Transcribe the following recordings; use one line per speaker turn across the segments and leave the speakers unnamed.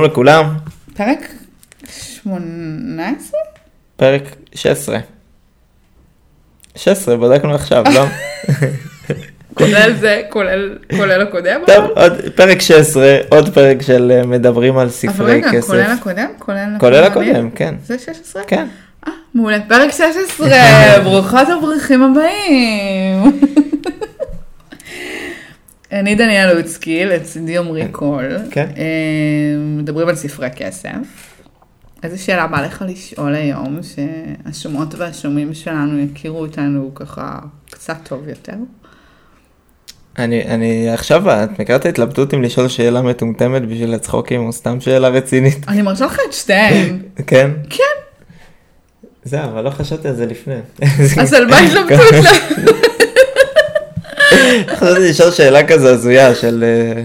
שלום לכולם,
פרק 18?
פרק 16. 16, בדקנו עכשיו, לא?
כולל זה, כולל, כולל הקודם?
טוב, עוד פרק 16, עוד פרק של אה, מדברים על
אבל
ספרי
רגע,
כסף.
כולל הקודם? כולל
כולל הקודם, כן.
זה 16?
כן.
אה, מעולה. פרק 16, ברוכות הברוכים הבאים. אני דניאל לוצקי, לצידי עמרי קול.
כן.
אה, מדברים על ספרי כסף. איזה שאלה בא לך לשאול היום, שהשומעות והשומעים שלנו יכירו אותנו ככה קצת טוב יותר?
אני, אני עכשיו, אה, את מכירה את ההתלבטות אם לשאול שאלה מטומטמת בשביל הצחוקים או סתם שאלה רצינית?
אני מרשה לך את שתיהן.
כן?
כן.
זהו, אבל לא חשבתי על זה לפני. כן.
אז על מה התלבטות?
חשבתי לשאול שאלה כזה הזויה של, אה,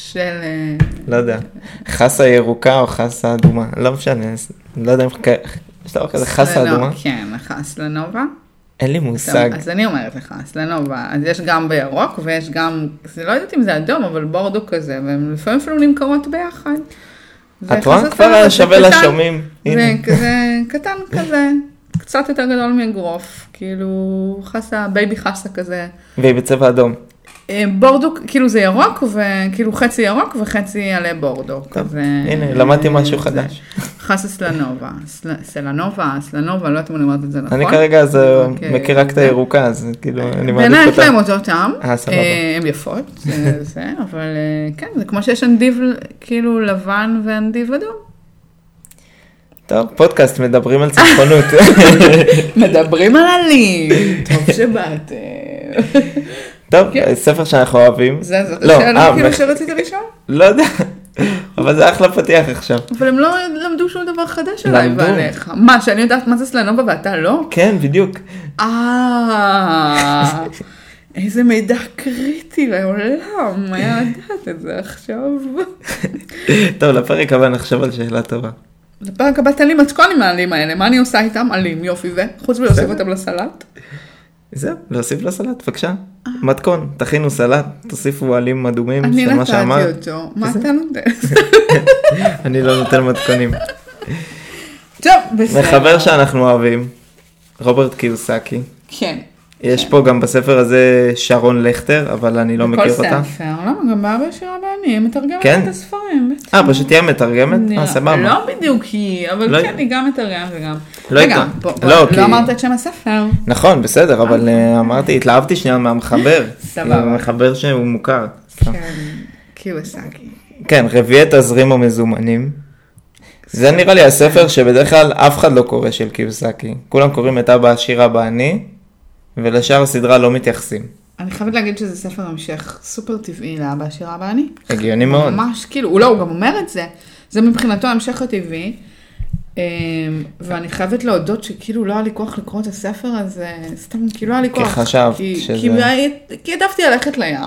של... אה,
לא יודע, חסה ירוקה או חסה אדומה, לא משנה, לא יודע אם ח- יש דבר כזה חסה
סלנו-
אדומה.
כן, לך אסלנובה.
אין לי מושג.
אז אני אומרת לך, אסלנובה. אז יש גם בירוק ויש גם, זה לא יודעת אם זה אדום, אבל בורדו כזה, והן לפעמים אפילו נמכרות ביחד. זה
את רואה?
כזה
כבר
זה
שווה
קטן.
לשומעים.
זה
הנה.
כזה קטן כזה, קצת יותר גדול מאגרוף, כאילו חסה, בייבי חסה כזה.
והיא בצבע אדום.
אה, בורדו, כאילו זה ירוק, וכאילו חצי ירוק וחצי עלי בורדו.
טוב,
כזה,
הנה, למדתי משהו
אה, זה.
חדש.
חסה סלנובה, סל- סלנובה, סלנובה, לא יודעת אם אני אומרת את זה נכון.
אני כרגע אז אה,
אוקיי.
מכיר רק את הירוקה, אז כאילו אני
בעיניי
מעדיף
יש להם
אותה.
אותו טעם,
אה, סבבה.
אה, הן יפות, זה- זה, אבל אה, כן, זה כמו שיש אנדיב כאילו לבן ואנדיב אדום.
טוב, פודקאסט מדברים על צמחונות.
מדברים על עלים, טוב שבאתם.
טוב,
כן.
ספר שאנחנו אוהבים.
זה, זאת
לא,
השאלה
אה,
כאילו
מח-
שרצית לשאול,
לא יודע, אבל זה אחלה פתיח עכשיו.
אבל הם לא למדו שום דבר חדש עליי
למדו.
ועליך. מה, שאני יודעת מה זה סלנובה ואתה לא?
כן, בדיוק.
אה, איזה מידע קריטי לעולם, היה לדעת את זה עכשיו.
טוב, לפרק הבא נחשוב על שאלה טובה.
לפרק הבא תן לי מתכון עם העלים האלה, מה אני עושה איתם? עלים, יופי ו... חוץ מלהוסיף אותם לסלט?
זהו, להוסיף לסלט, בבקשה. מתכון, תכינו סלט, תוסיפו עלים אדומים
אני
של מה
נתתי
שאמרת.
אותו, מה אתה נותן?
אני לא נותן מתכונים.
טוב, בסדר.
מחבר שאנחנו אוהבים, רוברט קיוסקי.
כן.
יש פה גם בספר הזה שרון לכטר, אבל אני לא מכיר אותה.
כל ספר, לא, גם אבא שלה ואני מתרגמת
כן?
את הספרים. בטח.
אה, פשוט היא המתרגמת?
נראה-
אה, סבבה.
לא בדיוק היא,
לא
אבל כן,
היא.
היא גם מתרגמת וגם.
לא
רגע,
הייתה.
בוא-
לא,
בוא,
כי-
לא אמרת את שם הספר.
נכון, בסדר, אבל אה, אמרתי, התלהבתי שנייה מהמחבר.
סבבה.
המחבר שהוא מוכר.
כן, קיווסקי.
כן, רביעי תזרים המזומנים. זה נראה לי הספר שבדרך כלל אף אחד לא קורא של קיוסקי. כולם קוראים את אבא עשיר אבא אני, ולשאר הסדרה לא מתייחסים.
אני חייבת להגיד שזה ספר המשך סופר טבעי לאבא עשירה אבא אני.
הגיוני מאוד.
ממש כאילו, הוא לא, הוא גם אומר את זה. זה מבחינתו ההמשך הטבעי. אמ, ואני חייבת להודות שכאילו לא היה לי כוח לקרוא את הספר הזה, סתם כאילו לא היה לי
כי
כוח.
חשבת
כי-
שזה-
כי היה- כי העדפתי ללכת לים.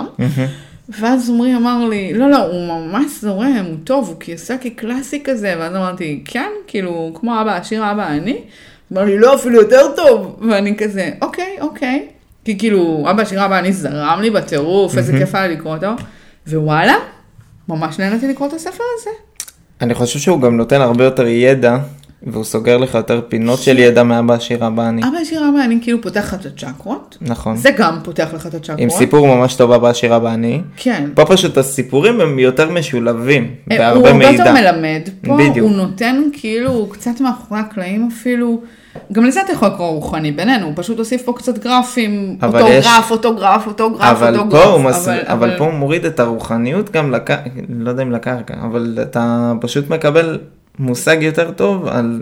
ואז עמרי אמר לי, לא, לא, הוא ממש זורם, הוא טוב, הוא קיוסקי קלאסי כזה, ואז אמרתי, כן, כאילו, כמו אבא עשיר, אבא אני. הוא אמר לי, לא, אפילו יותר טוב, ואני כזה, אוקיי, אוקיי. כי כאילו, אבא עשיר, אבא אני זרם לי בטירוף, איזה כיף היה לי לקרוא אותו, ווואלה, ממש נהניתי לקרוא את הספר הזה.
אני חושב שהוא גם נותן הרבה יותר ידע, והוא סוגר לך יותר פינות של ידע מאבא עשיר אבא אני.
אבא עשיר, אבא אני כאילו פותח לך את הצ'קרות,
נכון.
זה נכון. גם פותח לך את הצ'קרות.
עם סיפור ממש טוב אבא עשיר אבא אני.
כן.
פה פשוט הסיפורים הם יותר משולבים,
אה, הוא
בהרבה
הרבה יותר
מידע.
מלמד פה,
בדיוק.
הוא נותן כאילו קצת מאחורי הקלעים אפילו, גם לזה אתה יכול לקרוא רוחני בינינו, הוא פשוט הוסיף פה קצת גרפים,
אבל
אותו
יש-
גרף, אותו גרף, אותו גרף,
אבל
אותו
פה,
גרף,
הוא מס... אבל, אבל פה הוא מוריד את הרוחניות גם לקרקע, לא יודע אם לקרקע, אבל אתה פשוט מקבל מושג יותר טוב על,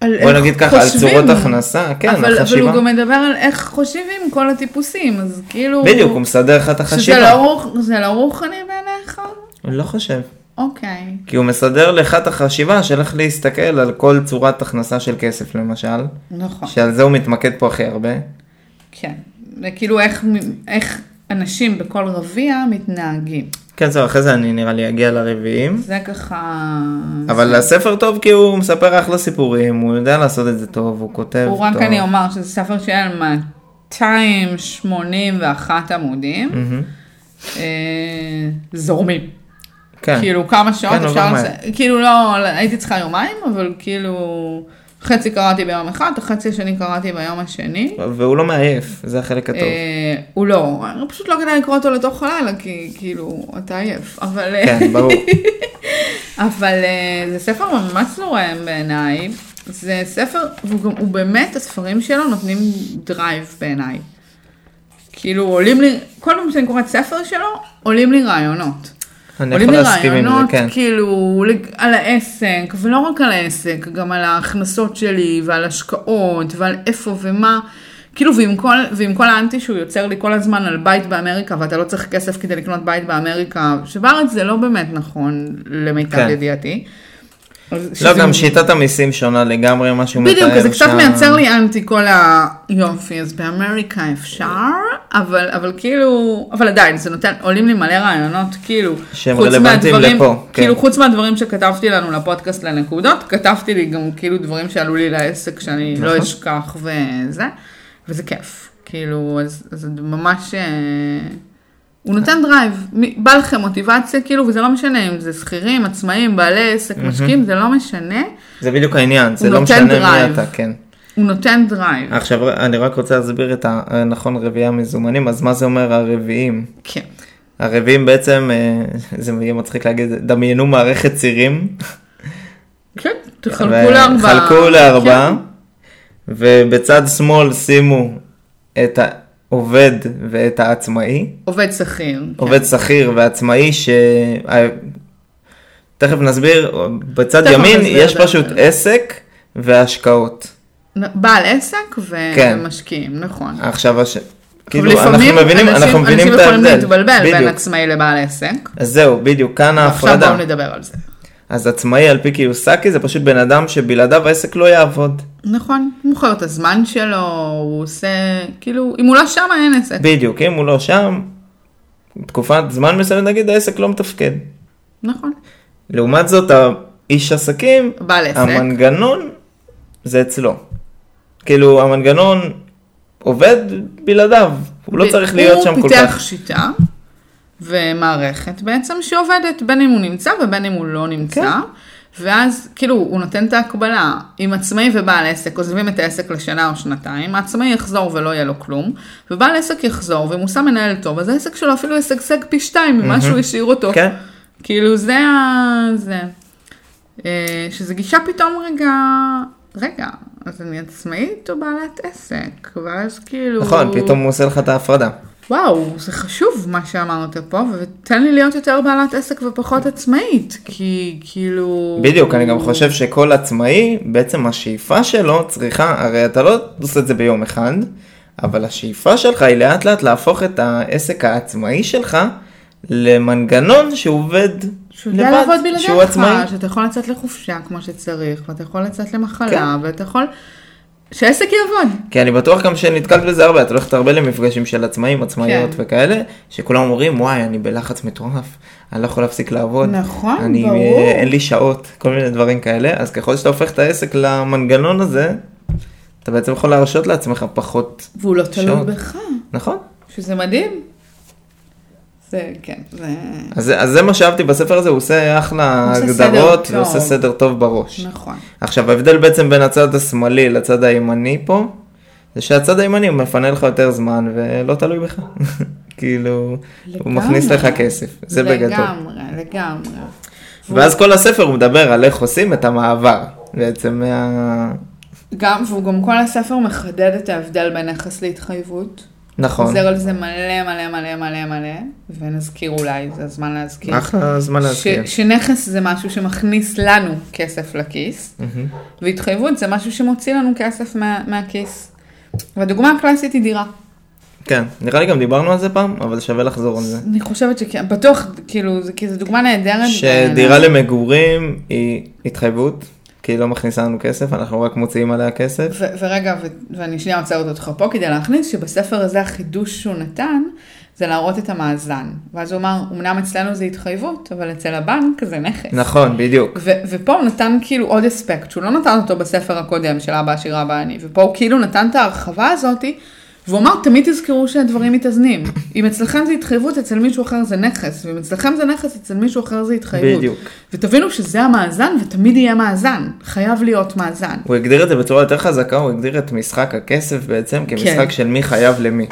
על
בוא
איך
נגיד ככה, על
חושבים.
צורות הכנסה, כן,
אבל,
על
אבל
חשיבה.
הוא גם מדבר על איך חושבים כל הטיפוסים, אז כאילו,
בדיוק, הוא מסדר לך את
שזה
החשיבה.
לא, רוח- זה לא רוחני בעיניך?
אני לא חושב.
אוקיי.
כי הוא מסדר לך את החשיבה של איך להסתכל על כל צורת הכנסה של כסף למשל,
נכון,
שעל זה הוא מתמקד פה הכי הרבה.
כן. זה כאילו איך, איך אנשים בכל רביע מתנהגים.
כן, זהו, אחרי זה אני נראה לי אגיע לרביעים.
זה ככה...
אבל הספר טוב כי הוא מספר אחלה סיפורים, הוא יודע לעשות את זה טוב, הוא כותב
הוא
טוב.
רק אני אומר שזה ספר שהיה על 281 עמודים,
מהמם.
אה, זורמים.
Mm. כן.
כאילו כמה שעות
כן,
אפשר
עובר
לזה, כאילו לא, הייתי צריכה יומיים, אבל כאילו חצי קראתי ביום אחד, החצי השני קראתי ביום השני.
והוא לא מעייף, זה החלק הטוב.
אה, הוא לא, פשוט לא כדאי לקרוא אותו לתוך הלילה, כי כאילו, אתה עייף, אבל... אה,
כן, ברור.
אבל אה, זה ספר ממש נורם בעיניי. זה ספר, והוא גם, הוא באמת, הספרים שלו נותנים דרייב בעיניי. כאילו עולים לי, כל פעם שאני קוראת ספר שלו, עולים לי רעיונות.
אני
עולים
יכול
לי
להסכים עם זה,
רעיונות,
כן.
כאילו, לג- על העסק, ולא רק על העסק, גם על ההכנסות שלי, ועל השקעות, ועל איפה ומה. כאילו, ועם כל, ועם כל האנטי שהוא יוצר לי כל הזמן על בית באמריקה, ואתה לא צריך כסף כדי לקנות בית באמריקה, שבארץ זה לא באמת נכון, למיטב
כן.
ידיעתי. אז
לא,
שזה-
גם שיטת המיסים שונה לגמרי ממה שהוא מתאר.
בדיוק, זה קצת
שם.
מייצר לי אנטי כל היופי, אז באמריקה אפשר, אבל, אבל כאילו, אבל עדיין, זה נותן, עולים לי מלא רעיונות, כאילו,
שהם
חוץ
רלוונטיים
מהדברים-
לפה, כן.
כאילו, חוץ מהדברים שכתבתי לנו לפודקאסט לנקודות, כתבתי לי גם כאילו דברים שעלו לי לעסק שאני לא
נכון.
אשכח וזה, וזה כיף, כאילו, אז אז זה ממש... אה, הוא נותן דרייב, מי- בא לכם מוטיבציה, כאילו, וזה לא משנה אם זה שכירים, עצמאים, בעלי עסק, משקיעים, זה לא משנה,
זה בדיוק העניין, זה
הוא
לא
נותן
משנה
דרייב.
מי אתה, כן.
הוא נותן דרייב.
עכשיו, אני רק רוצה להסביר את ה... נכון, רביעייה מזומנים, אז מה זה אומר הרביעים?
כן.
הרביעים בעצם, אה, זה יהיה מצחיק להגיד, דמיינו מערכת צירים.
כן, תחלקו כן. לארבע.
חלקו לארבע, ובצד שמאל שימו את העובד ואת העצמאי.
כן, עובד שכיר. כן.
עובד שכיר ועצמאי ש... ה- תכף נסביר, בצד
תכף
ימין
נסביר,
יש
תכף
פשוט
נסביר.
עסק והשקעות.
נ- בעל עסק ו-
כן.
ומשקיעים, נכון.
עכשיו, הש...
אבל
כאילו אנחנו מבינים, אנחנו מבינים את ההבדל.
אנשים יכולים להתבלבל בין
בדיוק. אה,
עצמאי לבעל עסק.
אז זהו, בדיוק, כאן
עכשיו
ההפרדה.
בואו נדבר על זה.
אז עצמאי על פי קיוסקי זה פשוט בן אדם שבלעדיו העסק לא יעבוד.
נכון, הוא מוכר את הזמן שלו, הוא עושה, כאילו, אם הוא לא שם אין עסק.
בדיוק, אם הוא לא שם, תקופת זמן מסוימת נגיד העסק לא מתפקד.
נכון.
לעומת זאת, האיש עסקים,
בעל עסק.
המנגנון זה אצלו. כאילו, המנגנון עובד בלעדיו, הוא לא צריך להיות שם כל
הוא פיתח
כך.
שיטה ומערכת בעצם שעובדת, בין אם הוא נמצא ובין אם הוא לא נמצא.
כן.
ואז כאילו הוא נותן את ההקבלה, אם עצמאי ובעל עסק עוזבים את העסק לשנה או שנתיים, העצמאי יחזור ולא יהיה לו כלום, ובעל עסק יחזור, ואם הוא שם מנהל טוב, אז העסק שלו אפילו ישגשג פי שתיים ממה שהוא השאיר אותו.
כן.
כאילו זה ה... זה. אה, שזה גישה פתאום רגע, רגע, אז אני עצמאית או בעלת עסק? ואז כאילו...
נכון, פתאום הוא עושה לך את ההפרדה.
וואו, זה חשוב מה שאמרת פה, ותן לי להיות יותר בעלת עסק ופחות עצמאית, כי כאילו...
בדיוק, אני גם חושב שכל עצמאי, בעצם השאיפה שלו צריכה, הרי אתה לא עושה את זה ביום אחד, אבל השאיפה שלך היא לאט לאט להפוך את העסק העצמאי שלך למנגנון שעובד
שהוא יודע
לבד,
לעבוד
שהוא
בלעדיך,
עצמאי.
שאתה יכול לצאת לחופשה כמו שצריך, ואתה יכול לצאת למחלה,
כן.
ואתה יכול... שהעסק יעבוד.
כי אני בטוח גם שנתקלת בזה הרבה, את הולכת הרבה למפגשים של עצמאים, עצמאיות
כן.
וכאלה, שכולם אומרים, וואי, אני בלחץ מטורף, אני לא יכול להפסיק לעבוד.
נכון,
אני,
ברור.
אה, אין לי שעות, כל מיני דברים כאלה, אז ככל שאתה הופך את העסק למנגנון הזה, אתה בעצם יכול להרשות לעצמך פחות,
והוא לא תלוי
שעות.
בך,
נכון?
שזה מדהים. זה, כן, זה...
אז, זה- אז זה מה שאהבתי בספר הזה, הוא עושה אחלה
הוא עושה סדר
הגדרות,
טוב.
ועושה סדר טוב בראש.
נכון.
עכשיו, ההבדל בעצם בין הצד השמאלי לצד הימני פה, זה שהצד הימני הוא מפנה לך יותר זמן ולא תלוי בך. כאילו, הוא
לגמרי.
מכניס לך כסף, זה בגדול.
לגמרי, לגמרי.
ואז כל הספר הוא מדבר על איך עושים את המעבר, בעצם אה, מה...
גם, והוא גם כל הספר מחדד את ההבדל בין נכס להתחייבות.
נכון.
חוזר על זה מלא מלא מלא מלא מלא, ונזכיר אולי, זה הזמן להזכיר.
אחלה זמן להזכיר.
ש, שנכס זה משהו שמכניס לנו כסף לכיס,
מהמם.
והתחייבות זה משהו שמוציא לנו כסף מה, מהכיס. והדוגמה הקלאסית היא דירה.
כן, נראה לי גם דיברנו על זה פעם, אבל שווה לחזור על זה.
אני חושבת שכן, בטוח, כאילו, זה, כי זו דוגמה נהדרת.
שדירה למגורים היא התחייבות, כי היא לא מכניסה לנו כסף, אנחנו רק מוציאים עליה כסף.
ו- ורגע, ו- ואני שנייה עוצרת אותך פה כדי להכניס שבספר הזה החידוש שהוא נתן זה להראות את המאזן. ואז הוא אמר, אמנם אצלנו זה התחייבות, אבל אצל הבנק זה נכס.
נכון, בדיוק.
ו- ופה הוא נתן כאילו עוד אספקט, שהוא לא נתן אותו בספר הקודם של אבא עשיר אבא אני, ופה הוא כאילו נתן את ההרחבה הזאתי, והוא אמר, תמיד תזכרו שהדברים מתאזנים. אם אצלכם זה התחייבות, אצל מישהו אחר זה נכס, ואם אצלכם זה נכס, אצל מישהו אחר זה התחייבות.
בדיוק.
ותבינו שזה המאזן, ותמיד יהיה מאזן. חייב להיות מאזן.
הוא הגדיר את זה בצורה יותר חזקה, הוא הגדיר את משחק הכסף בעצם כמשחק
כן.
של מי חייב למי.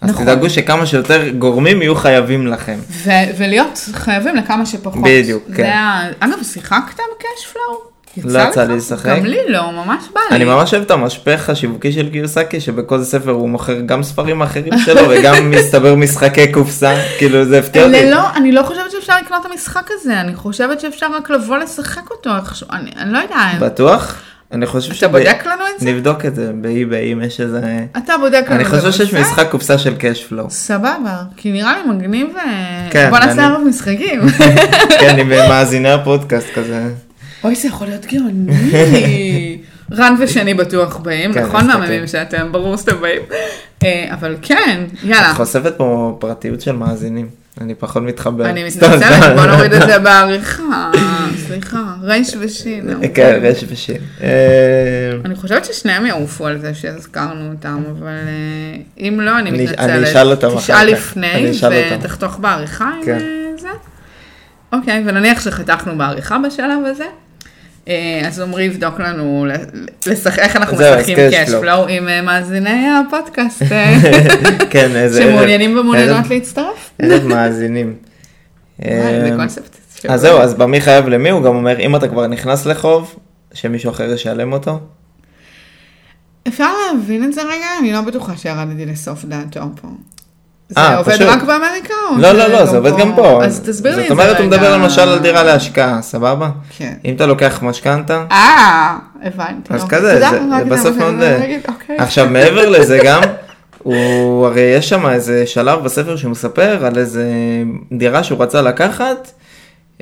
אז
נכון.
תדאגו שכמה שיותר גורמים יהיו חייבים לכם.
ו- ולהיות חייבים לכמה שפחות.
בדיוק,
זה
כן.
ה- אגב, שיחקת בקאש פלואו?
לא יצא לי לשחק.
גם לי לא, ממש בא לי.
אני ממש אוהב את המשפך השיווקי של קיוסקי, שבכל ספר הוא מוכר גם ספרים אחרים שלו וגם מסתבר משחקי קופסה, כאילו זה הפתיע אותי.
לא, אני לא חושבת שאפשר לקנות את המשחק הזה, אני חושבת שאפשר רק לבוא לשחק אותו, איכשהו, אני, אני לא יודעת.
בטוח? אני חושב
אתה בודק לנו את זה?
נבדוק את זה באי-ביי אם יש איזה...
אתה בודק לנו
אני
את
חושב
זה
שיש
בנושא?
משחק קופסה של קאש פלואו.
סבבה, כי נראה לי מגניב, אה,
כן,
בוא נעשה
אני-
ערב משחקים.
כן, עם מאזיני הפודקאסט כזה.
אוי, זה יכול להיות גאוני. רן ושני בטוח באים,
כן,
נכון
מסתכל.
מהממים שאתם, ברור שאתם באים. אה, אבל כן, יאללה.
את חושפת פה פרטיות של מאזינים. אני פחות מתחבר.
אני
סתם,
מתנצלת,
סתם.
בוא נוריד את זה בעריכה. סליחה, רייש ושין.
כן, רש ושין. אה,
אני חושבת ששניהם יעופו על זה שהזכרנו אותם, אבל אה, אם לא, אני
אני-
מתנצלת.
אני אשאל אותם אחר כך.
תשאל לפני,
אני אשאל אותם.
ותחתוך בעריכה עם
כן.
אה, זה. אוקיי, ונניח שחתכנו בעריכה בשלב הזה. אה, אז עמרי יבדוק לנו ל- לשח- איך אנחנו
זהו, אז כן,
משחקים
cash
קאש
flow.
פלואו עם אה, מאזיני הפודקאסט אה,
כן, איזה...
שמעוניינים ומעוניינות
ערב-
להצטרף.
ערב מאזינים.
וואי, זה
אה,
קונספט.
אז זהו, אז במי חייב למי, הוא גם אומר, אם אתה כבר נכנס לחוב, שמישהו אחר ישלם אותו.
אפשר להבין את זה רגע? אני לא בטוחה שירדתי לסוף דעתו פה.
אה,
זה עובד
פשוט.
רק באמריקה? או
לא, לא, לא, זה עובד גם פה.
אז תסביר לי את זה
זאת אומרת, הוא מדבר
רגע.
למשל על דירה להשקעה, סבבה?
כן.
אם אתה לוקח משכנתה,
אה, הבנתי.
אז
אוקיי.
כזה,
תודה,
זה-
רק
זה
זה
בסוף
מה שאני
מאוד...
רוצה להגיד, אוקיי.
עכשיו מעבר לזה גם, הוא הרי יש שם איזה שלב בספר שהוא מספר על איזה דירה שהוא רצה לקחת,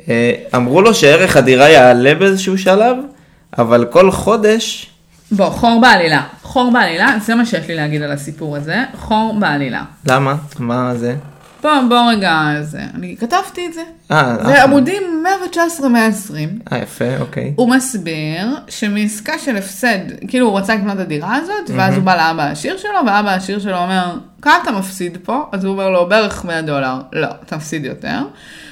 אה, אמרו לו שערך הדירה יעלה באיזשהו שלב, אבל כל חודש,
בוא, חור בעלילה. חור בעלילה, זה מה שיש לי להגיד על הסיפור הזה. חור בעלילה.
למה? מה זה?
בוא, בוא רגע, זה. אני כתבתי את זה.
אה,
זה
אחלה.
עמודים 119-120.
אה, יפה, אוקיי.
הוא מסביר שמעסקה של הפסד, כאילו הוא רצה לקנות את הדירה הזאת, ואז הוא בא לאבא העשיר שלו, והאבא העשיר שלו אומר, כמה אתה מפסיד פה? אז הוא אומר לו, בערך 100 דולר. לא, אתה מפסיד יותר.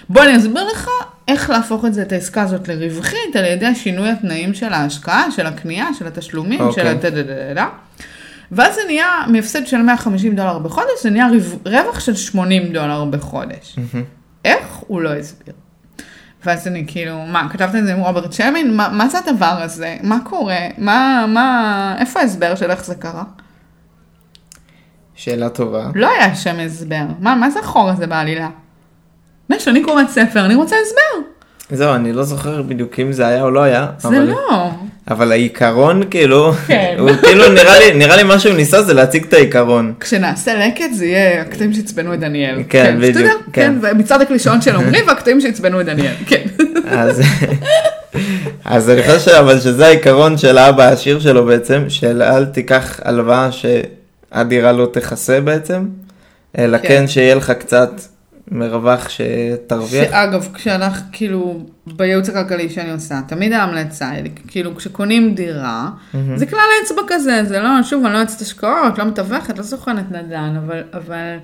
בוא אני אסביר לך איך להפוך את זה, את העסקה הזאת לרווחית, על ידי שינוי התנאים של ההשקעה, של הקנייה, של התשלומים, של
אוקיי.
ה... ואז זה נהיה, מהפסד של 150 דולר בחודש, זה נהיה רו- רווח של 80 דולר בחודש. איך? הוא לא הסביר. ואז אני כאילו, מה, כתבת את זה עם רוברט שמין? מה, מה זה הדבר הזה? מה קורה? מה, מה, איפה ההסבר של איך זה קרה?
שאלה טובה.
לא היה שם הסבר. מה, מה זה החור הזה בעלילה? מה, שאני קוראת ספר, אני רוצה הסבר.
זהו, אני לא זוכר בדיוק אם זה היה או לא היה,
זה
אבל-
לא.
אבל העיקרון כאילו,
כן.
הוא כאילו נראה לי, נראה לי מה שהוא ניסה זה להציג את העיקרון.
כשנעשה לקט זה יהיה הקטעים שעצבנו את דניאל.
כן, בדיוק,
שתדע, כן,
כן.
מצעד הקלישאות של עמרי והקטעים שעצבנו את דניאל. כן.
אז, אז אני חושב אבל שזה העיקרון של האבא העשיר שלו בעצם, של אל תיקח הלוואה שהדירה לא תכסה בעצם, אלא
כן.
כן, שיהיה לך קצת מרווח שתרוויח.
שאגב, כשאנחנו, כאילו, בייעוץ הכלכלי שאני עושה, תמיד ההמלצה היא, כאילו, כשקונים דירה, זה כלל אצבע כזה, זה לא, שוב, אני לא יועצת השקעות, לא מתווכת, לא סוכנת נדל"ן, אבל, אבל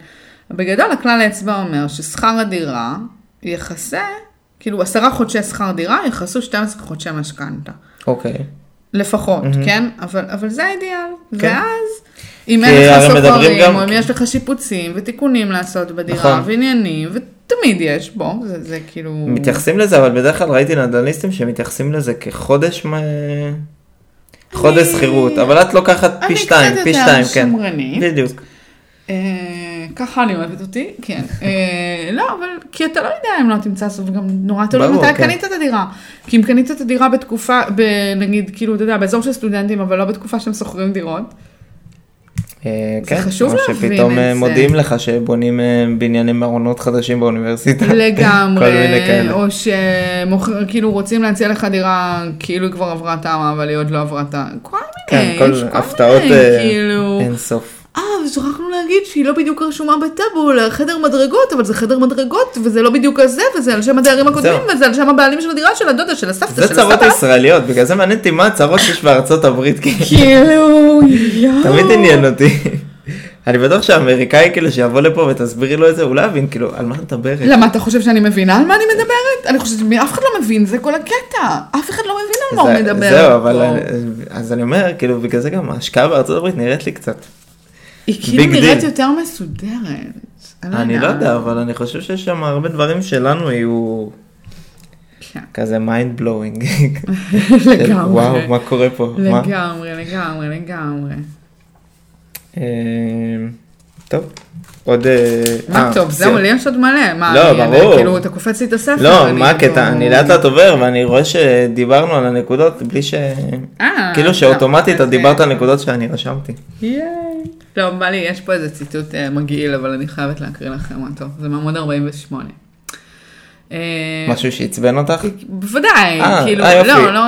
בגדול הכלל האצבע אומר ששכר הדירה יכסה, כאילו, עשרה חודשי שכר דירה יכסו 12 חודשי משכנתה.
אוקיי.
לפחות, כן? אבל, אבל זה האידיאל.
כן.
ואז, אם
כי
אין לך
הרי מדברים
סוחרים,
גם-
או אם יש לך שיפוצים ותיקונים לעשות בדירה,
נכון.
ועניינים, ותמיד יש בו, זה, זה כאילו...
מתייחסים לזה, אבל בדרך כלל ראיתי נדלניסטים שמתייחסים לזה כחודש מ... חודש שכירות, אבל את לוקחת פי שתיים, פי
אני
שתיים,
קצת יותר
כן.
שמרנית.
בדיוק.
אה, ככה אני אוהבת אותי, כן. אה, לא, אבל כי אתה לא יודע אם לא תמצא סוף, גם נורא תלוי
ברור,
מתי
כן.
קנית את הדירה. כי אם קנית את הדירה בתקופה, ב- נגיד, כאילו, אתה יודע, באזור של סטודנטים, אבל לא בתקופה שהם שוכרים דירות.
אה,
זה
כן,
חשוב
או
להבין את
שפתאום אה,
זה.
מודיעים לך שבונים אה, בנייני מעונות חדשים באוניברסיטה. כל מיני
לגמרי,
כאלה.
או שמוכר, כאילו רוצים להציע לך דירה, כאילו היא כבר עברה טעמה, אבל היא עוד לא עברה טעמה. כל מיני,
כן, כל
יש
הפתעות
מיני,
אה,
כאילו.
אין סוף.
אה, ושכחנו להגיד שהיא לא בדיוק רשומה בטאבו לחדר מדרגות, אבל זה חדר מדרגות, וזה לא בדיוק הזה, וזה על שם הדיירים הקודמים,
זהו.
וזה על שם הבעלים של הדירה, של הדודה, של הסבתא, של הסבא.
זה צרות ישראליות, בגלל זה מעניין אותי מה הצרות שיש בארצות הברית, כי
כאילו, יואו.
תמיד עניין אותי. אני בטוח שהאמריקאי כאילו שיבוא לפה ותסבירי לו את זה, הוא לא יבין כאילו על מה את מדברת.
למה, אתה חושב שאני מבינה על מה אני מדברת? אני חושבת שאף אחד לא מבין, זה כל הקטע. אף אחד לא מבין על מה הוא
זה-
מדבר.
זהו, אבל
פה.
אני- אז אני אומר, כאילו, בגלל זה גם ההשקעה בארצות הברית נראית לי קצת.
היא כאילו
ביג דיל.
נראית יותר מסודרת.
אני לא יודע, אבל אני חושב שיש שם הרבה דברים שלנו יהיו
כן.
כזה מיינד בלואוינג.
לגמרי.
וואו, מה קורה פה? מה?
לגמרי, לגמרי, לגמרי.
אמ, טוב, עוד... אה,
מה
אה,
טוב, זהו,
סיר.
לי יש עוד מלא. מה,
לא,
אני- אני-
ברור.
כאילו, אתה קופץ לי את הספר.
לא,
אני
מה
כאילו-
הקטע? אני לאט לאט עובר, ואני רואה שדיברנו על הנקודות בלי ש...
אה,
כאילו שאוטומטית
לא,
את דיברת
זה-
על נקודות שאני רשמתי.
ייי. לא, בא לי, יש פה איזה ציטוט אה, מגעיל, אבל אני חייבת להקריא לכם אותו. זה מעמוד 48. אה,
משהו שעצבן אותך?
בוודאי,
אה,
כאילו,
אה, יופי.
לא, לא,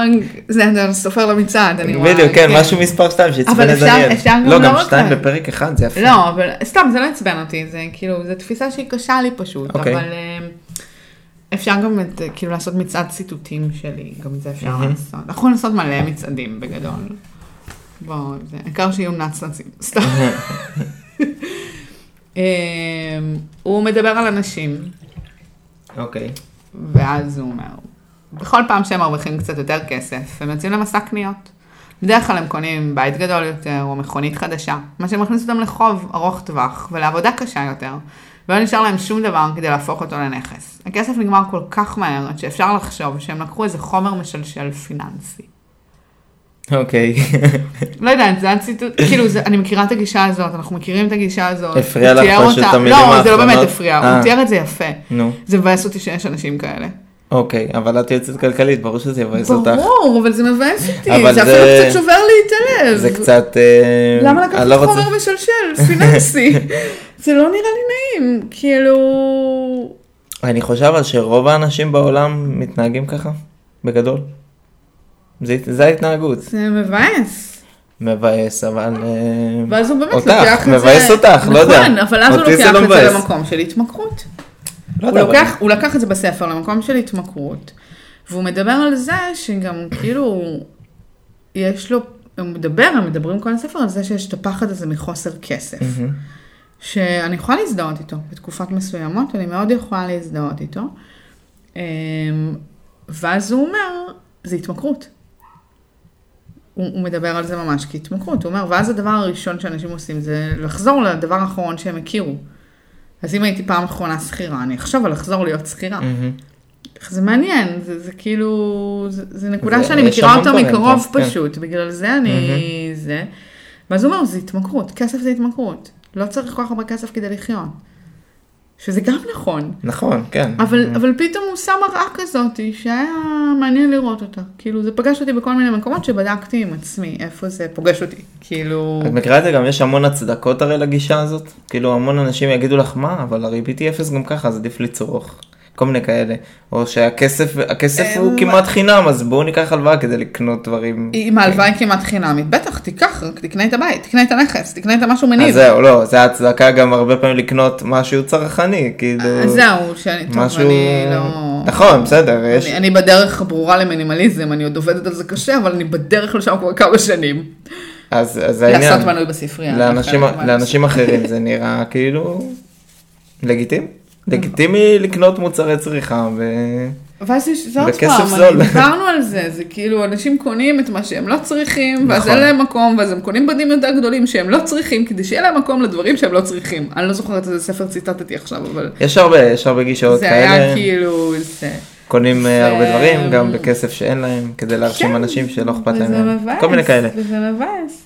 זה אתה סופר למצעד, אני רואה.
בדיוק, כן, משהו מספר 2 שעצבן
אבל
את
אפשר-
דניאל.
אפשר גם
לא, גם
לא רק
2
על-
בפרק 1 זה יפה.
לא, אבל סתם, זה לא עצבן אותי, זה כאילו, זו תפיסה שהיא קשה לי פשוט,
אוקיי.
אבל אה, אפשר גם את, אה, כאילו לעשות מצעד ציטוטים שלי, גם את זה אפשר
מהמם.
לעשות. אנחנו יכולים לעשות מלא מצעדים בגדול. בואו, זה- העיקר שיהיו נצנצים, סתם. אה, הוא מדבר על אנשים,
אוקיי.
ואז הוא אומר, בכל פעם שהם מרוויחים קצת יותר כסף, הם יוצאים למסע קניות. בדרך כלל הם קונים בית גדול יותר או מכונית חדשה, מה שמכניס אותם לחוב ארוך טווח ולעבודה קשה יותר, ולא נשאר להם שום דבר כדי להפוך אותו לנכס. הכסף נגמר כל כך מהר עד שאפשר לחשוב שהם לקחו איזה חומר משלשל פיננסי.
אוקיי.
לא יודעת, זה הציטוט, כאילו, זה, אני מכירה את הגישה הזאת, אנחנו מכירים את הגישה הזאת.
הפריע
הוא
לך
תיאר
פשוט
אותה-
המילים
לא, זה לא באמת
האחרונות?
הפריע,
אה.
הוא תיאר את זה יפה.
נו.
זה מבאס אותי שיש אנשים כאלה.
אוקיי, אבל את יוצאת כלכלית, ברור שזה יבאס אותך.
ברור, אבל זה מבאס
אבל
אותי, זה
זה-
אפילו קצת שובר לי את הלב.
זה קצת... אה,
למה
אני לא
לקחת
רוצה-
חומר משלשל, פיננסי? זה לא נראה לי נעים, כאילו...
אני חושב אבל שרוב האנשים בעולם מתנהגים ככה, בגדול. זה, זה ההתנהגות.
זה מבאס.
מבאס, אבל... אה,
ואז הוא באמת
אותך,
לוקח את זה...
מבאס אותך, לא יודע.
נכון, אבל אז הוא
אותי זה
לוקח
לא
את זה
מבאס.
למקום של התמכרות.
לא
הוא
יודע, אבל-
לוקח- הוא לקח את זה בספר למקום של התמכרות, והוא מדבר על זה שגם כאילו, יש לו, הוא מדבר, הם מדברים כל הספר על זה שיש את הפחד הזה מחוסר כסף.
מהמם.
שאני יכולה להזדהות איתו בתקופות מסוימות, אני מאוד יכולה להזדהות איתו. אמ, ואז הוא אומר, זה התמכרות. הוא, הוא מדבר על זה ממש כהתמכרות, הוא אומר, ואז הדבר הראשון שאנשים עושים זה לחזור לדבר האחרון שהם הכירו. אז אם הייתי פעם אחרונה שכירה, אני אחשוב על לחזור להיות שכירה.
מהמם.
זה מעניין, זה, זה כאילו, זה, זה נקודה
זה-
שאני
יש
מכירה
המון
אותה
דברים
מקרוב
פה, כן.
פשוט, בגלל זה אני זה. ואז הוא אומר, זה התמכרות, כסף זה התמכרות. לא צריך כל כך הרבה כסף כדי לחיות. שזה גם נכון,
נכון, כן.
אבל, אבל פתאום הוא שם מראה כזאת שהיה מעניין לראות אותה. כאילו, זה פגש אותי בכל מיני מקומות שבדקתי עם עצמי, איפה זה פוגש אותי. כאילו,
את מכירה את זה גם יש המון הצדקות הרי לגישה הזאת? כאילו המון אנשים יגידו לך מה, אבל הריבית היא אפס גם ככה, אז עדיף לצרוך. כל מיני כאלה. או שהכסף הכסף הוא
אמ,
כמעט חינם, אז בואו ניקח הלוואה כדי לקנות דברים.
אם ההלוואה היא כמעט חינמית, בטח, תיקח, רק תקנה את הבית, תקנה את הנכס, תקנה את המשהו מניב.
אז זהו, לא, זה ההצדקה גם הרבה פעמים לקנות משהו צרכני, כאילו.
אז זהו, שאני, טוב,
משהו...
אני לא...
נכון, בסדר, יש...
אני, אני בדרך הברורה למינימליזם, אני עוד עובדת על זה קשה, אבל אני בדרך לשם כבר כמה שנים.
אז אז זה העניין.
לעשות מנוי בספרייה.
לאנשים-
לחלק מהאנשים.
לאנשים אחרים זה נראה כאילו לגיטימי. לגיטימי לקנות מוצרי צריכה ו...
ואז יש, זה עוד
בכסף
פעם,
זול.
אני- דיברנו על זה, זה כאילו אנשים קונים את מה שהם לא צריכים, ואז
נכון.
אין להם מקום, ואז הם קונים בדים יותר גדולים שהם לא צריכים, כדי שיהיה להם מקום לדברים שהם לא צריכים. אני לא זוכרת איזה ספר ציטטתי עכשיו, אבל
יש הרבה, יש הרבה גישות
זה היה
כאלה,
כאילו, זה...
קונים
זה-
אה, הרבה דברים, גם בכסף שאין להם, כדי
כן,
להרשים אנשים שלא אכפת להם,
וזה
מהם.
מבאס,
כל מיני כאלה.
וזה מבאס.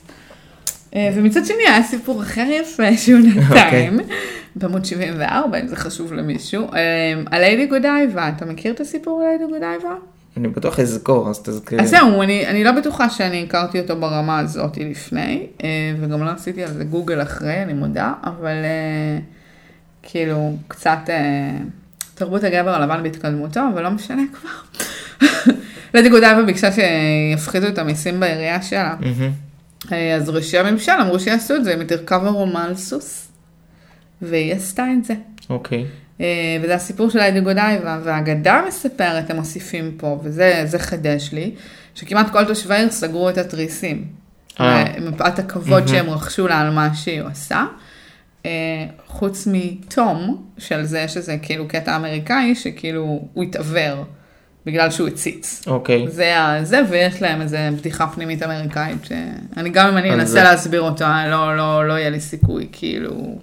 אה, ומצד שני היה סיפור אחר יפה שהוא
אוקיי.
נתן, בעמוד 74, אם זה חשוב למישהו, אה, על ליידי גודייבה, אתה מכיר את הסיפור על ליידי גודייבה?
אני בטוח אזכור, אז תזכירי.
אז זהו, אני, אני לא בטוחה שאני הכרתי אותו ברמה הזאת לפני, אה, וגם לא עשיתי על זה גוגל אחרי, אני מודה, אבל אה, כאילו, קצת אה, תרבות הגבר הלבן בהתקדמותו, אבל לא משנה כבר. לדי גודייבה ביקשה שיפחיתו את המיסים בעירייה שלה.
מהמם.
אה, אז ראשי הממשל אמרו שיעשו את זה, אם היא תרכב ערומה על סוס. והיא עשתה את זה.
אוקיי.
אה, וזה הסיפור של היידה גודייבה, והאגדה מספרת, הם מוסיפים פה, וזה זה חדש לי, שכמעט כל תושבי העיר סגרו את התריסים.
אה.
מפאת הכבוד שהם רכשו לה על מה שהיא עושה. אה, חוץ מתום, של זה שזה כאילו קטע אמריקאי, שכאילו הוא התעוור בגלל שהוא הציץ.
אוקיי.
זה, ה- זה, ויש להם איזה בדיחה פנימית אמריקאית, שאני גם אם אני
על
אנסה
זה.
להסביר אותה, לא, לא, לא יהיה לי סיכוי, כאילו,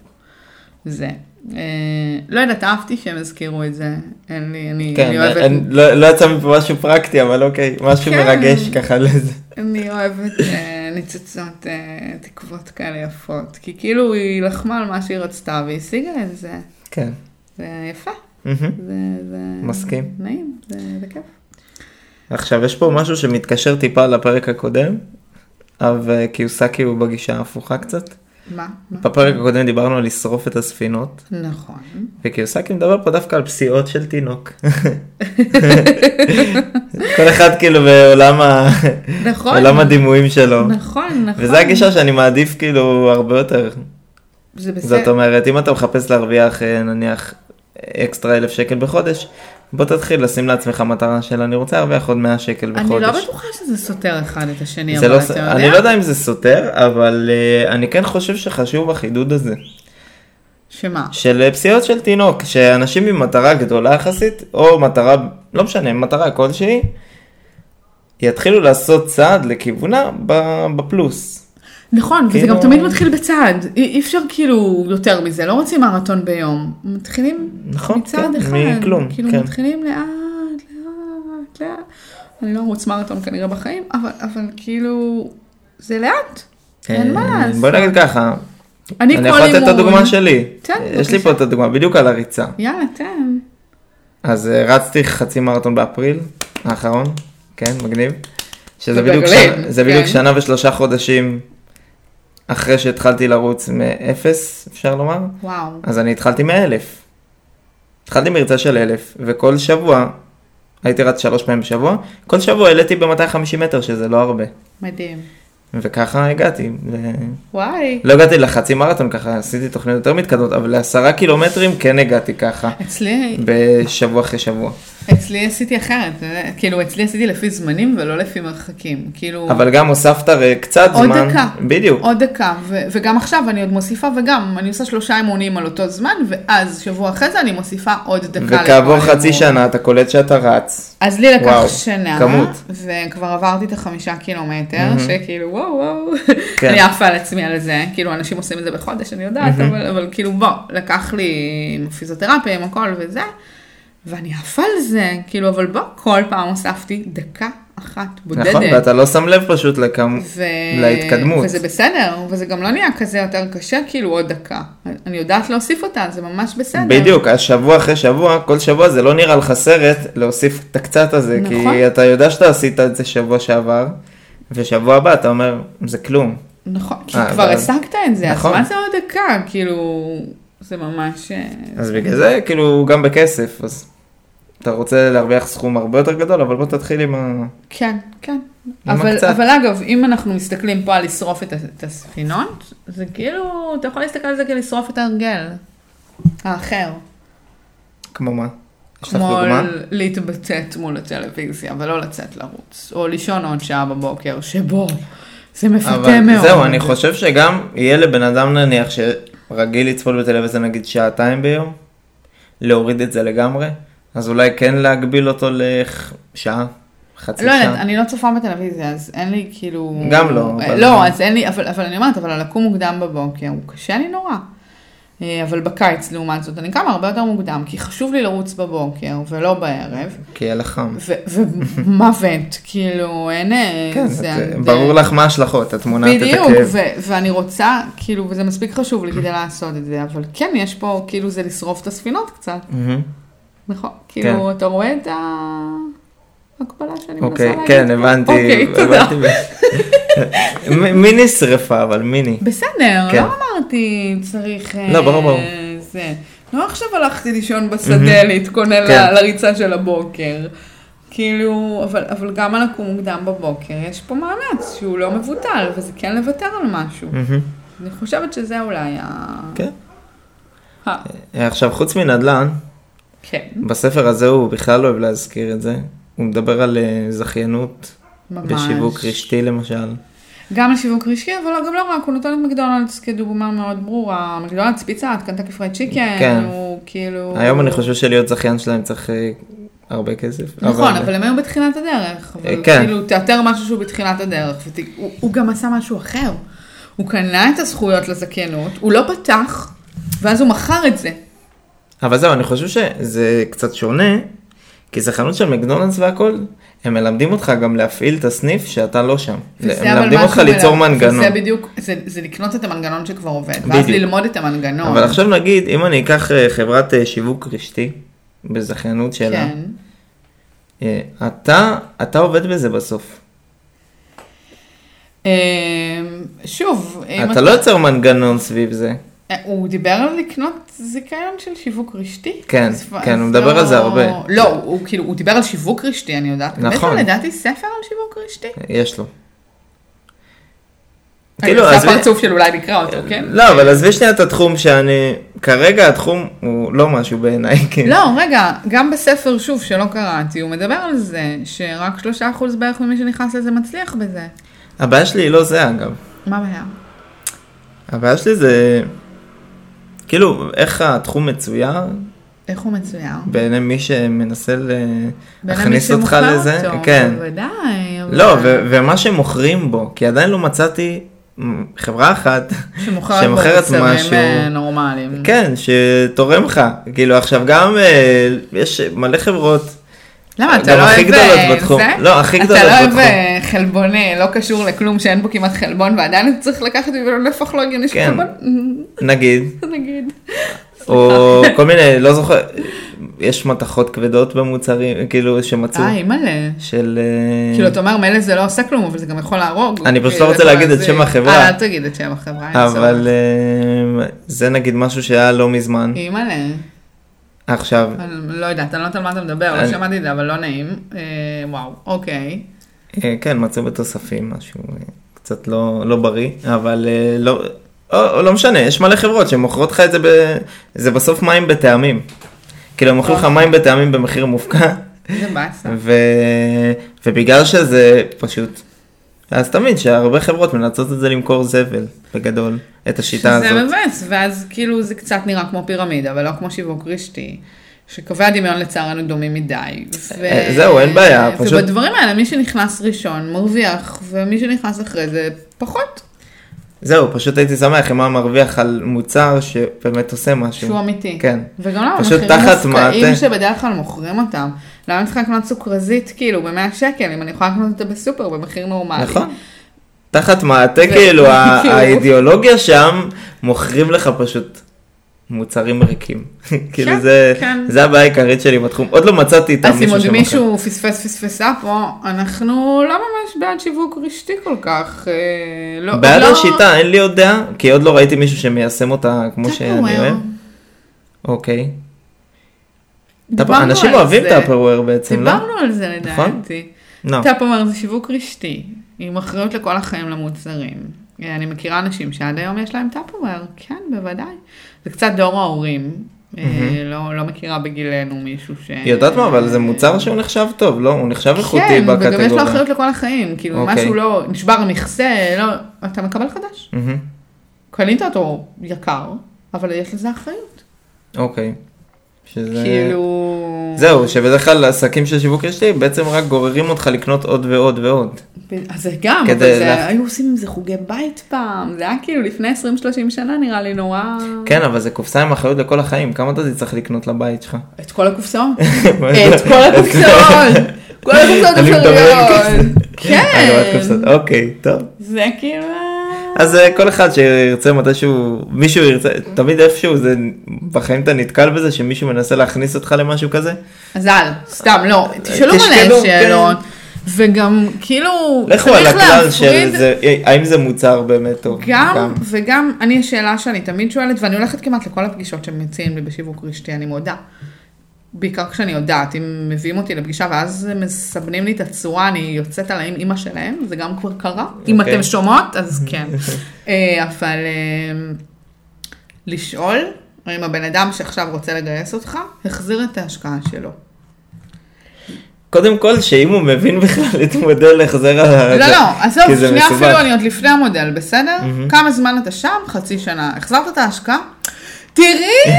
זה. אה, לא יודעת, אהבתי שהם הזכירו את זה, אין לי, אני,
כן,
אני אוהבת,
אני- לא לא יצא מפה משהו פרקטי, אבל אוקיי, משהו
כן.
מרגש ככה לזה.
אני אוהבת אה, ניצוצות אה, תקוות כאלה יפות, כי כאילו היא לחמה על מה שהיא רצתה והשיגה את זה,
כן.
זה יפה,
מהמם.
זה, זה
מסכים.
נעים, זה, זה כיף.
עכשיו יש פה משהו שמתקשר טיפה לפרק הקודם, אבל קיוסקי הוא בגישה ההפוכה קצת.
מה? מה?
בפרק הקודם דיברנו על לשרוף את הספינות,
נכון.
וקיוסקי מדבר פה דווקא על פסיעות של תינוק. כל אחד כאילו בעולם ה-
נכון.
עולם הדימויים שלו.
נכון, נכון.
וזה לא? הגישה שאני מעדיף כאילו הרבה יותר.
זה בסדר.
זאת אומרת, אם אתה מחפש להרוויח אה, נניח אקסטרה אלף שקל בחודש, בוא תתחיל לשים לעצמך מטרה של אני רוצה להרוויח עוד 100 שקל בחודש.
אני לא בטוחה שזה סותר אחד את השני,
זה
אבל
לא,
אתה
ס-
יודע.
אני לא יודע אם זה סותר, אבל אה, אני כן חושב שחשוב החידוד הזה.
שמה?
של אה, פסיעות של תינוק, שאנשים עם מטרה גדולה יחסית, או מטרה, לא משנה, מטרה כלשהי, יתחילו לעשות צעד לכיוונה ב- בפלוס.
נכון, וזה
כאילו-
גם תמיד מתחיל בצעד. אי אי אפשר כאילו יותר מזה, לא רוצים מרתון ביום. מתחילים
נכון,
מצעד
כן,
אחד.
מכלום,
כאילו
כן.
מתחילים לאט, לאט, לאט. אני לא ארוץ מרתון כנראה בחיים, אבל, אבל כאילו, זה לאט. אין מה
אה,
לעשות.
בוא נגיד ככה,
אני
אני
כל
יכול לתת את
אימון-
הדוגמה שלי.
תן,
יש לי
בבקשה.
פה את הדוגמה, בדיוק על הריצה.
יאללה, תן.
אז אה, רצתי חצי מרתון באפריל האחרון, כן, מגניב. שזה בדיוק,
בגליל,
שנה, זה
כן.
בדיוק שנה ושלושה חודשים אחרי שהתחלתי לרוץ מאפס, אפשר לומר.
וואו.
אז אני התחלתי מאלף. התחלתי מריצה של אלף, וכל שבוע, הייתי רץ שלוש פעמים בשבוע, כל שבוע העליתי ב-250 מטר, שזה לא הרבה.
מדהים.
וככה הגעתי. ו-
וואי.
לא הגעתי לחצי מרתון ככה, עשיתי תוכניות יותר מתקדמות, אבל לעשרה קילומטרים כן הגעתי ככה,
אצלי,
בשבוע אחרי שבוע.
אצלי עשיתי אחרת, אתה יודע, כאילו אצלי עשיתי לפי זמנים ולא לפי מרחקים, כאילו
אבל גם הוספת הרי קצת
עוד
זמן.
דקה.
בדיוק.
עוד דקה, ו- וגם עכשיו אני עוד מוסיפה וגם, אני עושה שלושה אימונים על אותו זמן, ואז שבוע אחרי זה אני מוסיפה עוד דקה.
וכעבור
לכל
חצי
אימון.
שנה אתה קולט שאתה רץ.
אז לי לקח
וואו,
שנה,
כמות.
וכבר עברתי את החמישה קילומטר, שכאילו וואו וואו,
כן.
אני עפה על עצמי על זה, כאילו אנשים עושים את זה בחודש, אני יודעת, אבל, אבל כאילו בוא, לקח לי עם הפיזיותרפיה, עם הכל וזה, ואני עפה על זה, כאילו אבל בוא, כל פעם הוספתי דקה אחת בודדת.
נכון, ואתה לא שם לב פשוט לכמ...
ו...
להתקדמות.
וזה בסדר, וזה גם לא נהיה כזה יותר קשה, כאילו עוד דקה. אני יודעת להוסיף אותה, זה ממש בסדר.
בדיוק, אז שבוע אחרי שבוע, כל שבוע זה לא נראה לך סרט להוסיף את הקצת הזה,
נכון.
כי אתה יודע שאתה עשית את זה שבוע שעבר, ושבוע הבא אתה אומר, זה כלום.
נכון, כי
אה,
כבר
אבל-
השגת את זה,
נכון.
אז מה זה עוד דקה? כאילו, זה ממש... אה,
אז בגלל זה, כאילו, גם בכסף, אז אתה רוצה להרוויח סכום הרבה יותר גדול, אבל בוא תתחיל עם ה...
כן, כן.
למה
אבל,
קצת?
אבל אגב, אם אנחנו מסתכלים פה על לשרוף את, ה- את הספינות, זה כאילו, אתה יכול להסתכל על זה כלשרוף את ההרגל האחר.
כמו מה? יש לך
כמו
דוגמה?
ל- להתבטאת מול הטלוויזיה ולא לצאת לרוץ, או לישון עוד שעה בבוקר, שבו זה מפתה
אבל
מאוד. לא
זהו, אני חושב שגם יהיה לבן אדם נניח שרגיל לצפות בטלוויזיה נגיד שעתיים ביום, להוריד את זה לגמרי, אז אולי כן להגביל אותו לשעה, חצי
לא יודעת,
שעה.
אני לא צופה בטלוויזיה, אז אין לי כאילו...
גם לא,
אה,
אבל-
לא, אז אין לי, אבל, אבל אני אומרת, אבל הלקום מוקדם בבוקר, הוא קשה לי נורא. אה, אבל בקיץ, לעומת זאת, אני קמה הרבה יותר מוקדם, כי חשוב לי לרוץ בבוקר ולא בערב,
כי יהיה לך חם.
ו- ומוות, כאילו, אין אה,
כן,
זה...
את-
אני-
ברור לך מה ההשלכות, את מונעת את
בדיוק,
הכאב.
ו- ואני רוצה, כאילו, וזה מספיק חשוב לי כדי לעשות את זה, אבל כן, יש פה, כאילו, זה לשרוף את הספינות קצת,
מהמם.
נכון? כאילו, אתה רואה את ההקבלה שאני מנסה
כן. אוקיי,
להגיד?
כן, הבנתי.
אוקיי, תודה.
הבנתי ב- מ- מיני שרפה, אבל מיני.
בסדר,
כן.
לא אמרתי, צריך... אה,
לא, ברור, ברור.
זה. לא עכשיו הלכתי לישון בשדה להתכונן
כן.
ל- לריצה של הבוקר. כאילו, אבל, אבל גם על לקום מוקדם בבוקר, יש פה מאמץ שהוא לא מבוטל, וזה כן לוותר על משהו.
מהמם.
אני חושבת שזה אולי ה...
כן.
ה-
אה, עכשיו, חוץ מנדל"ן,
כן,
בספר הזה הוא בכלל לא אוהב להזכיר את זה. הוא מדבר על אה, זכיינות
ממש.
בשיווק רשתי למשל.
גם לשיווק רשמי, אבל לא- גם לא רק, הוא נותן את מקדונלדס כדוגמה מאוד ברורה. מקדונלדס פיצה, את קנטקי פרייד
כן.
צ'יקן, הוא כאילו...
היום אני חושב שלהיות זכיין שלהם צריך אה, הרבה כסף.
נכון, אבל הם היו בתחילת הדרך. אבל
כן.
כאילו, תאתר משהו שהוא בתחילת הדרך. ות- הוא- הוא גם עשה משהו אחר. הוא קנה את הזכויות לזכיינות, הוא לא פתח, ואז הוא מכר את זה.
אבל זהו, אני חושב שזה קצת שונה, כי זה חנות של מקדונלדס והכל, הם מלמדים אותך גם להפעיל את הסניף שאתה לא שם.
וזה
הם
אבל
מלמדים
מה
אותך
שהוא
ליצור
מלמד,
מנגנון.
וזה בדיוק, זה, זה לקנות את המנגנון שכבר עובד, ואז
בדיוק.
ללמוד את המנגנון.
אבל עכשיו נגיד, אם אני אקח אה, חברת אה, שיווק רשתי, בזכיינות שלה,
כן.
אה, אתה, אתה עובד בזה בסוף.
אמ, שוב, אם
אתה לא יוצר מנגנון סביב זה.
אה, הוא דיבר על לקנות זיכיון של שיווק רשתי?
כן,
אז-
כן,
אז
הוא מדבר
לא-
על זה הרבה.
לא, הוא כאילו, הוא דיבר על שיווק רשתי, אני יודעת.
נכון.
יש לו לדעתי ספר על שיווק רשתי?
יש לו.
אה, כאילו,
כאילו,
עזבי. זה
עזבי-
הפרצוף של אולי נקרא אותו, כן?
לא, אבל עזבי שנייה את התחום שאני... כרגע התחום הוא לא משהו בעיניי, כן.
לא, רגע, גם בספר, שוב, שלא קראתי, הוא מדבר על זה, שרק שלושה אחוז בערך ממי שנכנס לזה מצליח בזה.
הבעיה שלי היא לא זה, אגב.
מה הבעיה?
הבעיה שלי זה... כאילו, איך התחום מצויר
איך הוא מצויר?
בעיני מי שמנסה ל-
בין למי
להכניס אותך
שמוכר
לזה?
אותו,
כן.
בוודאי. אבל-
לא, ו- ומה שמוכרים בו, כי עדיין לא מצאתי מ, חברה אחת,
שמוכרת
שמוכרת משהו.
משהו. אה, נורמליים.
כן, שתורם לך. כאילו, עכשיו גם אה, יש מלא חברות,
למה, אתה
גם
לא
הכי
אוהב
גדולות
אה,
בתחום.
זה?
לא, הכי גדולות
אתה לא אוהב
בתחום.
אה, חלבון אה, לא קשור לכלום, שאין בו כמעט חלבון, ועדיין אתה צריך לקחת ממנו נפח לא הגיוני של
כן.
חלבון?
נגיד,
נגיד.
או כל מיני, לא זוכר, יש מתכות כבדות במוצרים, כאילו, שמצאו,
אה, אימא'לה.
של... אה,
כאילו, אתה אומר, מילא זה לא עושה כלום, אבל זה גם יכול להרוג.
אני פשוט לא
כאילו,
רוצה
זה-
להגיד את
זה-
שם החברה.
אה, אל תגיד את שם החברה. אין צורך.
אבל אה, זה נגיד משהו שהיה לא מזמן.
אימא'לה.
עכשיו,
אני לא יודעת, אני לא יודעת על מה אתה מדבר, לא
אני-
שמעתי את זה, אבל לא נעים. אה, וואו, אוקיי.
אה, כן, מצאו בתוספים משהו אה, קצת לא, לא בריא, אבל אה, לא, או, או לא משנה, יש מלא חברות שמוכרות לך את זה, ב, זה בסוף מים בטעמים. כאילו, הם מוכרים לך
אוקיי.
מים בטעמים במחיר מופקע,
זה באסה.
ו, ובגלל שזה פשוט, אז תמיד שהרבה חברות מנצלות את זה למכור זבל, בגדול, את השיטה הזאת.
שזה מבאס, ואז כאילו זה קצת נראה כמו פירמידה, ולא כמו שיווק רשתי, שקווי הדמיון לצערנו דומים מדי. ו...
אה, זהו, אין בעיה, פשוט-
ובדברים האלה, מי שנכנס ראשון מרוויח, ומי שנכנס אחרי זה פחות,
זהו, פשוט הייתי שמח אם היה מרוויח על מוצר שבאמת עושה משהו.
שהוא אמיתי.
כן.
וגם למה
פשוט
המחירים
תחת
מופקעים
מעטה.
שבדרך כלל מוכרים אותם. למה אני צריכה לקנות סוכרזית כאילו ב-100 שקל, אם אני יכולה לקנות אותה בסופר במחיר נורמלי.
נכון. תחת מעטה
ו-
כאילו, ה-
כאילו.
האידיאולוגיה שם, מוכרים לך פשוט מוצרים ריקים. כאילו
כן,
זה,
כן.
זה הבעיה העיקרית שלי בתחום. עוד לא מצאתי איתם
אז אם
מישהו
עוד
שמוכר.
מישהו פספס פספסה פה, אנחנו לא ממש בעד שיווק רשתי כל כך. אה, לא-
בעד
לא-
השיטה, אין לי עוד דעה, כי עוד לא ראיתי מישהו שמיישם אותה כמו שאני
טאפרוויר.
אוהב. אוקיי.
דיברנו
טאפ- אנשים
על
אוהבים
זה.
טאפרוור בעצם, לא?
דיברנו על זה
נכון?
לדעתי.
לא.
טאפרוויר זה שיווק רשתי, עם אחריות לכל החיים למוצרים. אה, אני מכירה אנשים שעד היום יש להם טאפרוויר, כן, בוודאי. זה קצת דור ההורים. אה, לא, לא מכירה בגילנו מישהו ש...
יודעת מה, אבל זה מוצר שהוא נחשב טוב, לא? הוא נחשב איכותי
כן, וגם יש לו
בקטגוריה.
אחריות לכל החיים, כאילו
אוקיי.
משהו לא, נשבר המכסה, לא, אתה מקבל חדש.
מהמם.
קנית אותו יקר, אבל יש לזה אחריות.
אוקיי. שזה-
כאילו...
זהו, שבדרך כלל עסקים של שיווק רשתי בעצם רק גוררים אותך לקנות עוד ועוד ועוד.
אז זה גם, אבל
כדי
זה,
לה-
היו עושים עם זה חוגי בית פעם, זה היה כאילו לפני 20-30 שנה נראה לי נורא...
כן, אבל זה קופסה עם אחריות לכל החיים, כמה אתה תצטרך לקנות לבית שלך?
את כל הקופסאות? את כל הקופסאות! כן. כל הקופסאות
אני מדבר על אה,
אפשריות!
אני אוהב
כן!
קופסאות. אוקיי, טוב.
זה כאילו...
אז אה, כל אחד שירצה מתישהו, מישהו ירצה, תמיד איפשהו זה, בחיים אתה נתקל בזה שמישהו מנסה להכניס אותך למשהו כזה?
אז אל, סתם, לא, תשאלו
אה, תשקלו,
מלא
כן.
שאלות, וגם כאילו,
לכו על
צריך
הכלל של
להפריד
זה, אה, האם זה מוצר באמת טוב?
גם, וגם, אני השאלה שאני תמיד שואלת, ואני הולכת כמעט לכל הפגישות שמציעים לי בשיווק רשתי, אני מודה. בעיקר כשאני יודעת, אם מביאים אותי לפגישה ואז מסבנים לי את הצורה, אני יוצאת עליהם אימא שלהם, זה גם כבר קרה. אם
אוקיי.
אתם שומעות, אז כן. אה, אבל אה, לשאול, אם הבן אדם שעכשיו רוצה לגייס אותך, החזיר את ההשקעה שלו.
קודם כל, שאם הוא מבין בכלל את מודל החזר ה...
לא,
זה-
לא, עזוב,
כי זה
שנייה
מסובך.
אפילו אני עוד לפני המודל, בסדר? כמה זמן אתה שם? חצי שנה. החזרת את ההשקעה? תראי,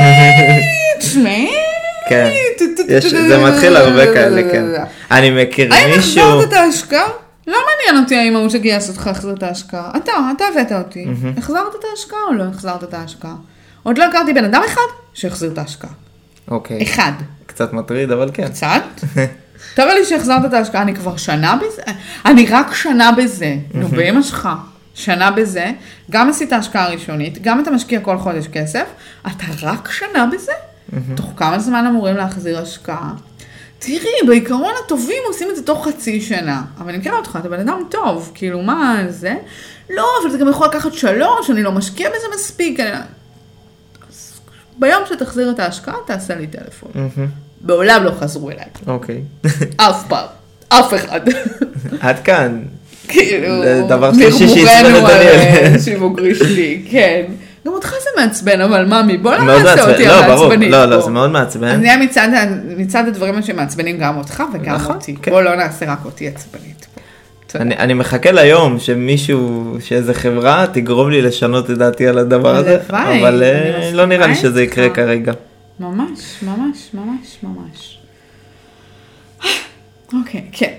תשמעי.
כן, יש- זה מתחיל הרבה כאלה, כן. אני מכיר
האם
מישהו...
החזרת את ההשקעה? לא מעניין אותי האם ההוא שגייס אותך החזיר את ההשקעה. אתה, אתה הבאת אותי. החזרת את ההשקעה או לא החזרת את ההשקעה? עוד לא הכרתי בן אדם אחד שהחזיר את ההשקעה.
אוקיי,
אחד.
קצת מטריד, אבל כן.
קצת. תראה לי שהחזרת את ההשקעה, אני כבר שנה בזה, אני רק שנה בזה, נו באמא שלך, שנה בזה, גם עשית השקעה ראשונית, גם אתה משקיע כל חודש כסף, אתה רק שנה בזה? תוך כמה זמן אמורים להחזיר השקעה? תראי, בעיקרון הטובים עושים את זה תוך חצי שנה, אבל אני מכירה אותך, אתה בן אדם טוב, כאילו מה זה? לא, אבל זה גם יכול לקחת שלוש, אני לא משקיע בזה מספיק, אני... לא- אז ביום שתחזיר את ההשקעה, תעשה לי טלפון.
מהמם,
מעולם לא חזרו אליי.
אוקיי.
אף פעם. אף אחד.
עד כאן.
כאילו,
זה דבר שלישי שעצבן את
מרמורנו על
דניאל.
אה, שיווק רשתי, כן. גם אותך זה מעצבן, אבל מאמי, בוא לא
מאוד
נעשה
מעצבן.
אותי
לא, ברור.
המעצבנית
לא, לא,
פה.
זה מאוד מעצבן.
אז זה מצד ה- מצד הדברים שמעצבנים גם אותך וגם
נכון,
אותי.
כן.
בוא לא נעשה רק אותי עצבנית. פה. תודה.
אני, אני מחכה ליום שמישהו, שאיזה חברה תגרום לי לשנות את דעתי על הדבר הזה,
הלוואי,
אבל
אני
אה,
מסכימה
לא נראה לי שזה
איתך.
יקרה כרגע.
ממש, ממש, ממש, ממש. אוקיי, כן.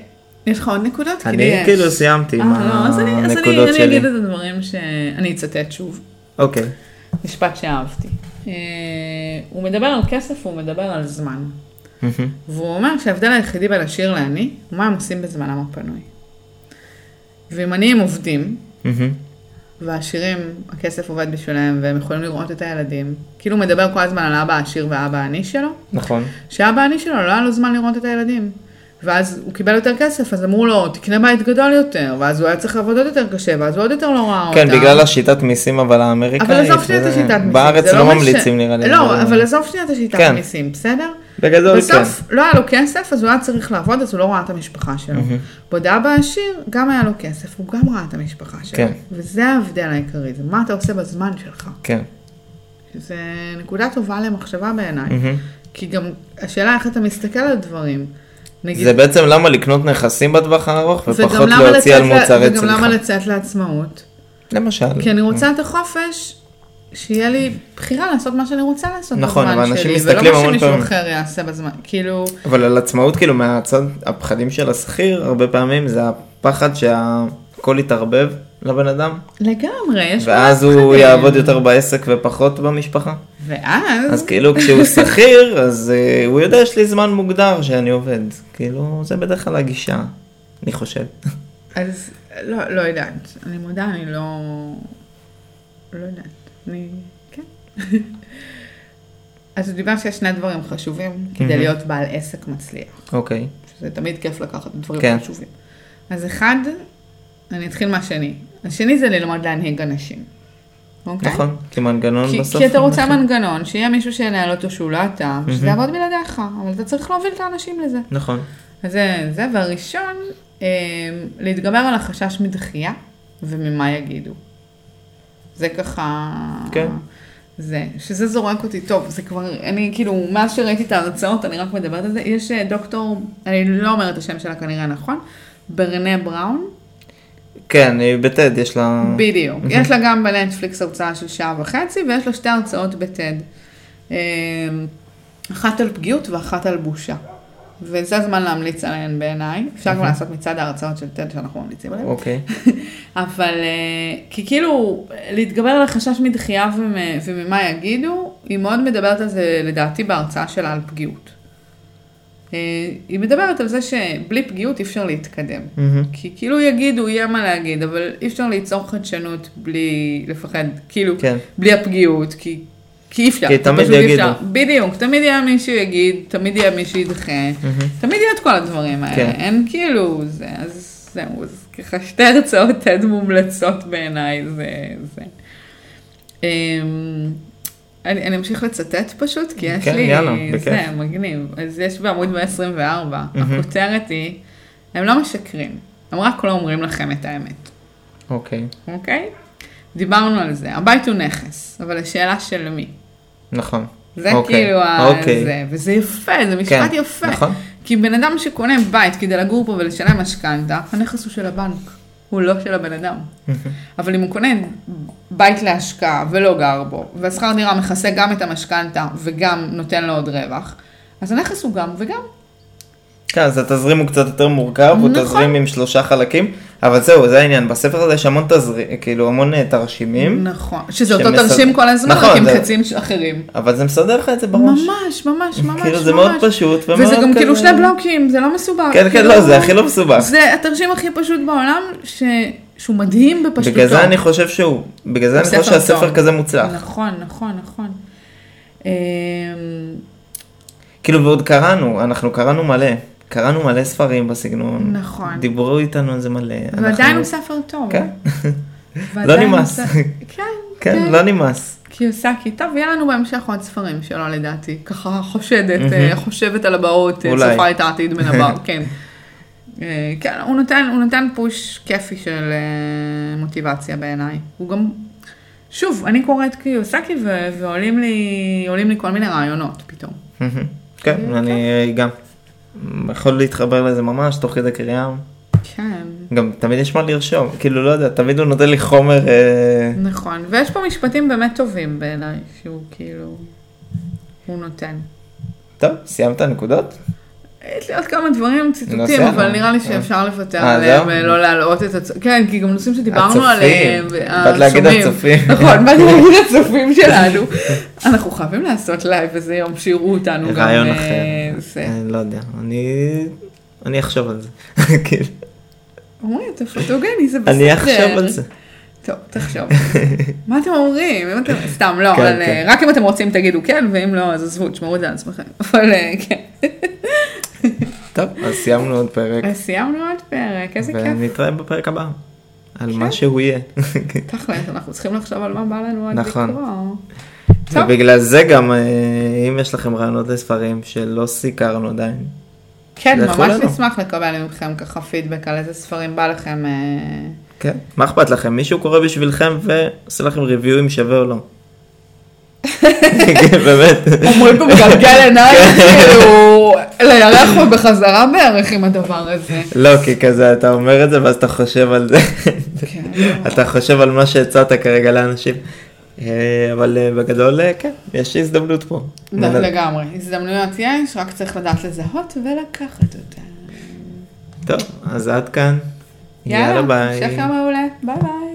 יש לך עוד נקודות? כי לי
אני
יש.
כאילו סיימתי עם
אה, לא, אז אני- אז אני-
הנקודות
אני
שלי.
אגיד את הדברים ש... אני אצטט שוב.
אוקיי,
משפט שאהבתי. אה, הוא מדבר על כסף, הוא מדבר על זמן. והוא אומר שההבדל היחידי בין עשיר לעני, הוא מה הם עושים בזמנם הפנוי. ואם עניים עובדים,
מהמם,
והעשירים, הכסף עובד בשבילם, והם יכולים לראות את הילדים, כאילו הוא מדבר כל הזמן על אבא העשיר ואבא העני שלו,
נכון,
שאבא העני שלו לא היה לו זמן לראות את הילדים. ואז הוא קיבל יותר כסף, אז אמרו לו, תקנה בית גדול יותר, ואז הוא היה צריך לעבוד עוד יותר קשה, ואז הוא עוד יותר לא ראה
כן
אותם.
בגלל השיטת מיסים אבל האמריקאית,
אבל עזוב שנייה את
וזה-
השיטת מיסים.
בארץ
זה
לא
מה ש-
ממליצים נראה לי,
לא, אבל עזוב שנייה את השיטת
כן.
מיסים, בסדר?
בגדול כן,
בסוף לא היה לו כסף, אז הוא היה צריך לעבוד, אז הוא לא ראה את המשפחה שלו. בעוד אבא עשיר, גם היה לו כסף, הוא גם ראה את המשפחה שלו.
כן.
וזה ההבדל העיקרי, זה מה אתה עושה בזמן שלך.
כן,
זה נקודה טובה למחשבה בעיניי.
מהמם.
כי גם השאלה איך אתה מסתכל על דברים. נגיד,
זה בעצם למה לקנות נכסים בטווח הארוך ופחות
וגם למה
להוציא על
לצאת ל-
מוצרי
וגם למה כן.
צריכה,
לצאת לעצמאות.
למשל,
כי אני רוצה את החופש, שיהיה לי בחירה לעשות מה שאני רוצה לעשות
נכון,
בזמן
אבל
שלי.
אנשים מסתכלים
ולא
המון
מה שמישהו
פעמים.
אחר יעשה בזמן, כאילו,
אבל על עצמאות כאילו מהצד הפחדים של השכיר הרבה פעמים זה הפחד שהכל יתערבב לבן אדם
לגמרי, יש כן.
ואז
מלא
הוא
פחדים.
יעבוד יותר בעסק ופחות במשפחה.
ואז,
אז כאילו כשהוא שכיר אז אה, הוא יודע יש לי זמן מוגדר שאני עובד. כאילו זה בדרך כלל הגישה, אני חושב.
נכון. אז לא, לא יודעת, אני מודה, אני לא, לא יודעת, אני, כן. אז הוא דיבר שיש שני דברים חשובים כדי להיות בעל עסק מצליח,
אוקיי.
שזה תמיד כיף לקחת דברים
כן.
חשובים. אז אחד, אני אתחיל מהשני, השני זה ללמוד להנהיג אנשים, אוקיי?
נכון, כי מנגנון
כי,
בסוף.
כי אתה רוצה
נכון.
מנגנון, שיהיה מישהו שינהל אותו שהוא לא אתה, שזה יעבוד בלעדיך, אבל אתה צריך להוביל את האנשים לזה.
נכון.
אז זה, זה, והראשון, אה, להתגבר על החשש מדחייה וממה יגידו. זה ככה...
כן.
זה, שזה זורק אותי טוב, זה כבר, אני כאילו, מאז שראיתי את ההרצאות, אני רק מדברת על זה, יש אה, דוקטור, אני לא אומרת את השם שלה כנראה נכון, ברנה בראון,
כן, היא בטד יש לה...
בדיוק. יש לה גם בנטפליקס הרצאה של שעה וחצי, ויש לה שתי הרצאות בטד. אמ, אחת על פגיעות ואחת על בושה. וזה הזמן להמליץ עליהן בעיניי. אפשר גם לעשות מצד ההרצאות של טד שאנחנו ממליצים עליהן.
אוקיי.
אבל אה, כי כאילו, להתגבר על החשש מדחייה ומ- וממה יגידו, היא מאוד מדברת על זה לדעתי בהרצאה שלה על פגיעות. אה, היא מדברת על זה שבלי פגיעות אי אפשר להתקדם.
מהמם.
כי כאילו יגידו, יהיה מה להגיד, אבל אי אפשר ליצור חדשנות בלי לפחד, כאילו,
כן.
בלי הפגיעות, כי, כי אי אפשר.
כי תמיד
פשוט אי אפשר.
יגידו.
בדיוק, תמיד יהיה מי שיגיד, תמיד יהיה מי שידחה,
Mm-hmm.
תמיד יהיה את כל הדברים האלה.
כן.
אין כאילו, זה, אז זהו, אז ככה שתי הרצאות TED מומלצות בעיניי, זה, זה. אמ, אני, אני אמשיך לצטט פשוט, כי יש
כן,
לי,
יאללה,
זה
בכיף.
מגניב. אז יש בעמוד 124, הכותרת היא, הם לא משקרים, הם רק לא אומרים לכם את האמת,
אוקיי.
אוקיי? דיברנו על זה, הבית הוא נכס, אבל השאלה של מי.
נכון.
זה
אוקיי.
כאילו, ה-
אוקיי.
זה, וזה יפה, זה משפט
כן,
יפה.
נכון.
כי בן אדם שקונה בית כדי לגור פה ולשלם משכנתה, הנכס הוא של הבנק, הוא לא של הבן אדם. אבל אם הוא קונה בית להשקעה ולא גר בו, והשכר דירה מכסה גם את המשכנתה וגם נותן לו עוד רווח, אז הנכס הוא גם וגם.
כן, אז התזרים הוא קצת יותר מורכב, הוא
נכון.
תזרים עם שלושה חלקים, אבל זהו, זה העניין, בספר הזה יש המון תזרים, כאילו המון אה, תרשימים,
נכון. שזה אותו
שמסד-
תרשים כל הזמן,
נכון,
רק עם
זה-
חצים אחרים.
אבל זה מסדר לך את זה בראש.
ממש, ממש, ממש, ממש.
כאילו זה מאוד פשוט,
וזה
ומאוד אה,
גם כאילו
כזה-
שני בלוקים, זה לא מסובך.
כן, כן,
כאילו-
לא, זה הכי לא מסובך.
זה התרשים הכי פשוט בעולם, ש... שהוא מדהים בפשטותו.
בגלל זה אני חושב שהוא, בגלל זה אני
ספר
חושב שהספר
לא. טוב.
כזה מוצלח.
נכון, נכון, נכון. אמ,
כאילו ועוד קראנו, אנחנו קראנו מלא, קראנו מלא ספרים בסגנון.
נכון.
דיברו איתנו על זה מלא.
ועדיין
אנחנו-
הוא ספר טוב.
כן. לא
ועדיין הוא
נמאס.
ספר- כן,
כן, לא נמאס.
קיוסקי. טוב, יהיה לנו בהמשך עוד ספרים שלו לדעתי. ככה חושדת, אה, חושבת על הבאות, אה,
אולי.
צופה את העתיד מן הבר, כן. אה, כן, הוא נתן, הוא נתן פוש כיפי של אה, מוטיבציה בעיניי. הוא גם, שוב, אני קוראת קיוסקי ו- ועולים לי, עולים לי כל מיני רעיונות פתאום.
כן, אני גם יכול להתחבר לזה ממש תוך כדי קריאה.
כן,
גם תמיד יש מה לרשום, כאילו לא יודע, תמיד הוא נותן לי חומר, אה,
נכון. ויש פה משפטים באמת טובים בעיניי, שהוא כאילו, הוא נותן.
טוב, סיימת נקודות?
יש לי עוד כמה דברים, ציטוטים,
בסדר.
אבל נראה לי שאפשר לוותר
אה,
עליהם,
זהו?
ולא להלאות את הצופים. כן, כי גם נושאים שדיברנו
הצופים.
עליהם,
באת להגיד
השומעים.
הצופים.
נכון, באתי להגיד הצופים שלנו. אנחנו חייבים לעשות לייב איזה יום, שיראו אותנו גם.
רעיון
אה,
אחר,
זה.
אני לא יודע, אני אני אחשוב על זה, כאילו,
אומרים, אתה פוטוגני, זה בסדר.
אני אחשוב על זה.
טוב, תחשוב. מה אתם אומרים? אם אתם... סתם, לא,
כן,
אבל, אה,
כן.
רק אם אתם רוצים תגידו כן, ואם לא, אז עזבו, תשמרו את זה על עצמכם. אבל אה, כן.
טוב, אז סיימנו עוד פרק,
אז סיימנו עוד פרק, אה, איזה כיף. כן.
ונתראה בפרק הבא, על מה שהוא יהיה.
תכל'ס, אנחנו צריכים לחשוב על מה בא לנו עוד לקרוא.
נכון.
טוב.
ובגלל זה גם, אה, אם יש לכם רעיונות לספרים שלא סיקרנו עדיין,
כן,
זה יכול
ממש
לנו.
נשמח לקבל מכם ככה פידבק על איזה ספרים בא לכם. אה,
כן, מה אכפת לכם? מישהו קורא בשבילכם ועושה לכם ריוויו אם שווה או לא. כן, באמת,
אומרים פה
כן.
מגלגל עיניים, כאילו, לירח ובחזרה בערך עם הדבר הזה.
לא, כי כזה אתה אומר את זה ואז אתה חושב על זה,
כן.
אתה חושב על מה שהצעת כרגע לאנשים. אה, אבל אה, בגדול, אה, כן, יש הזדמנות פה.
לא, לגמרי. הזדמנויות יש, רק צריך לדעת לזהות ולקחת אותן.
טוב, אז עד כאן. יאללה, ביי.
המשך יום מעולה. ביי ביי.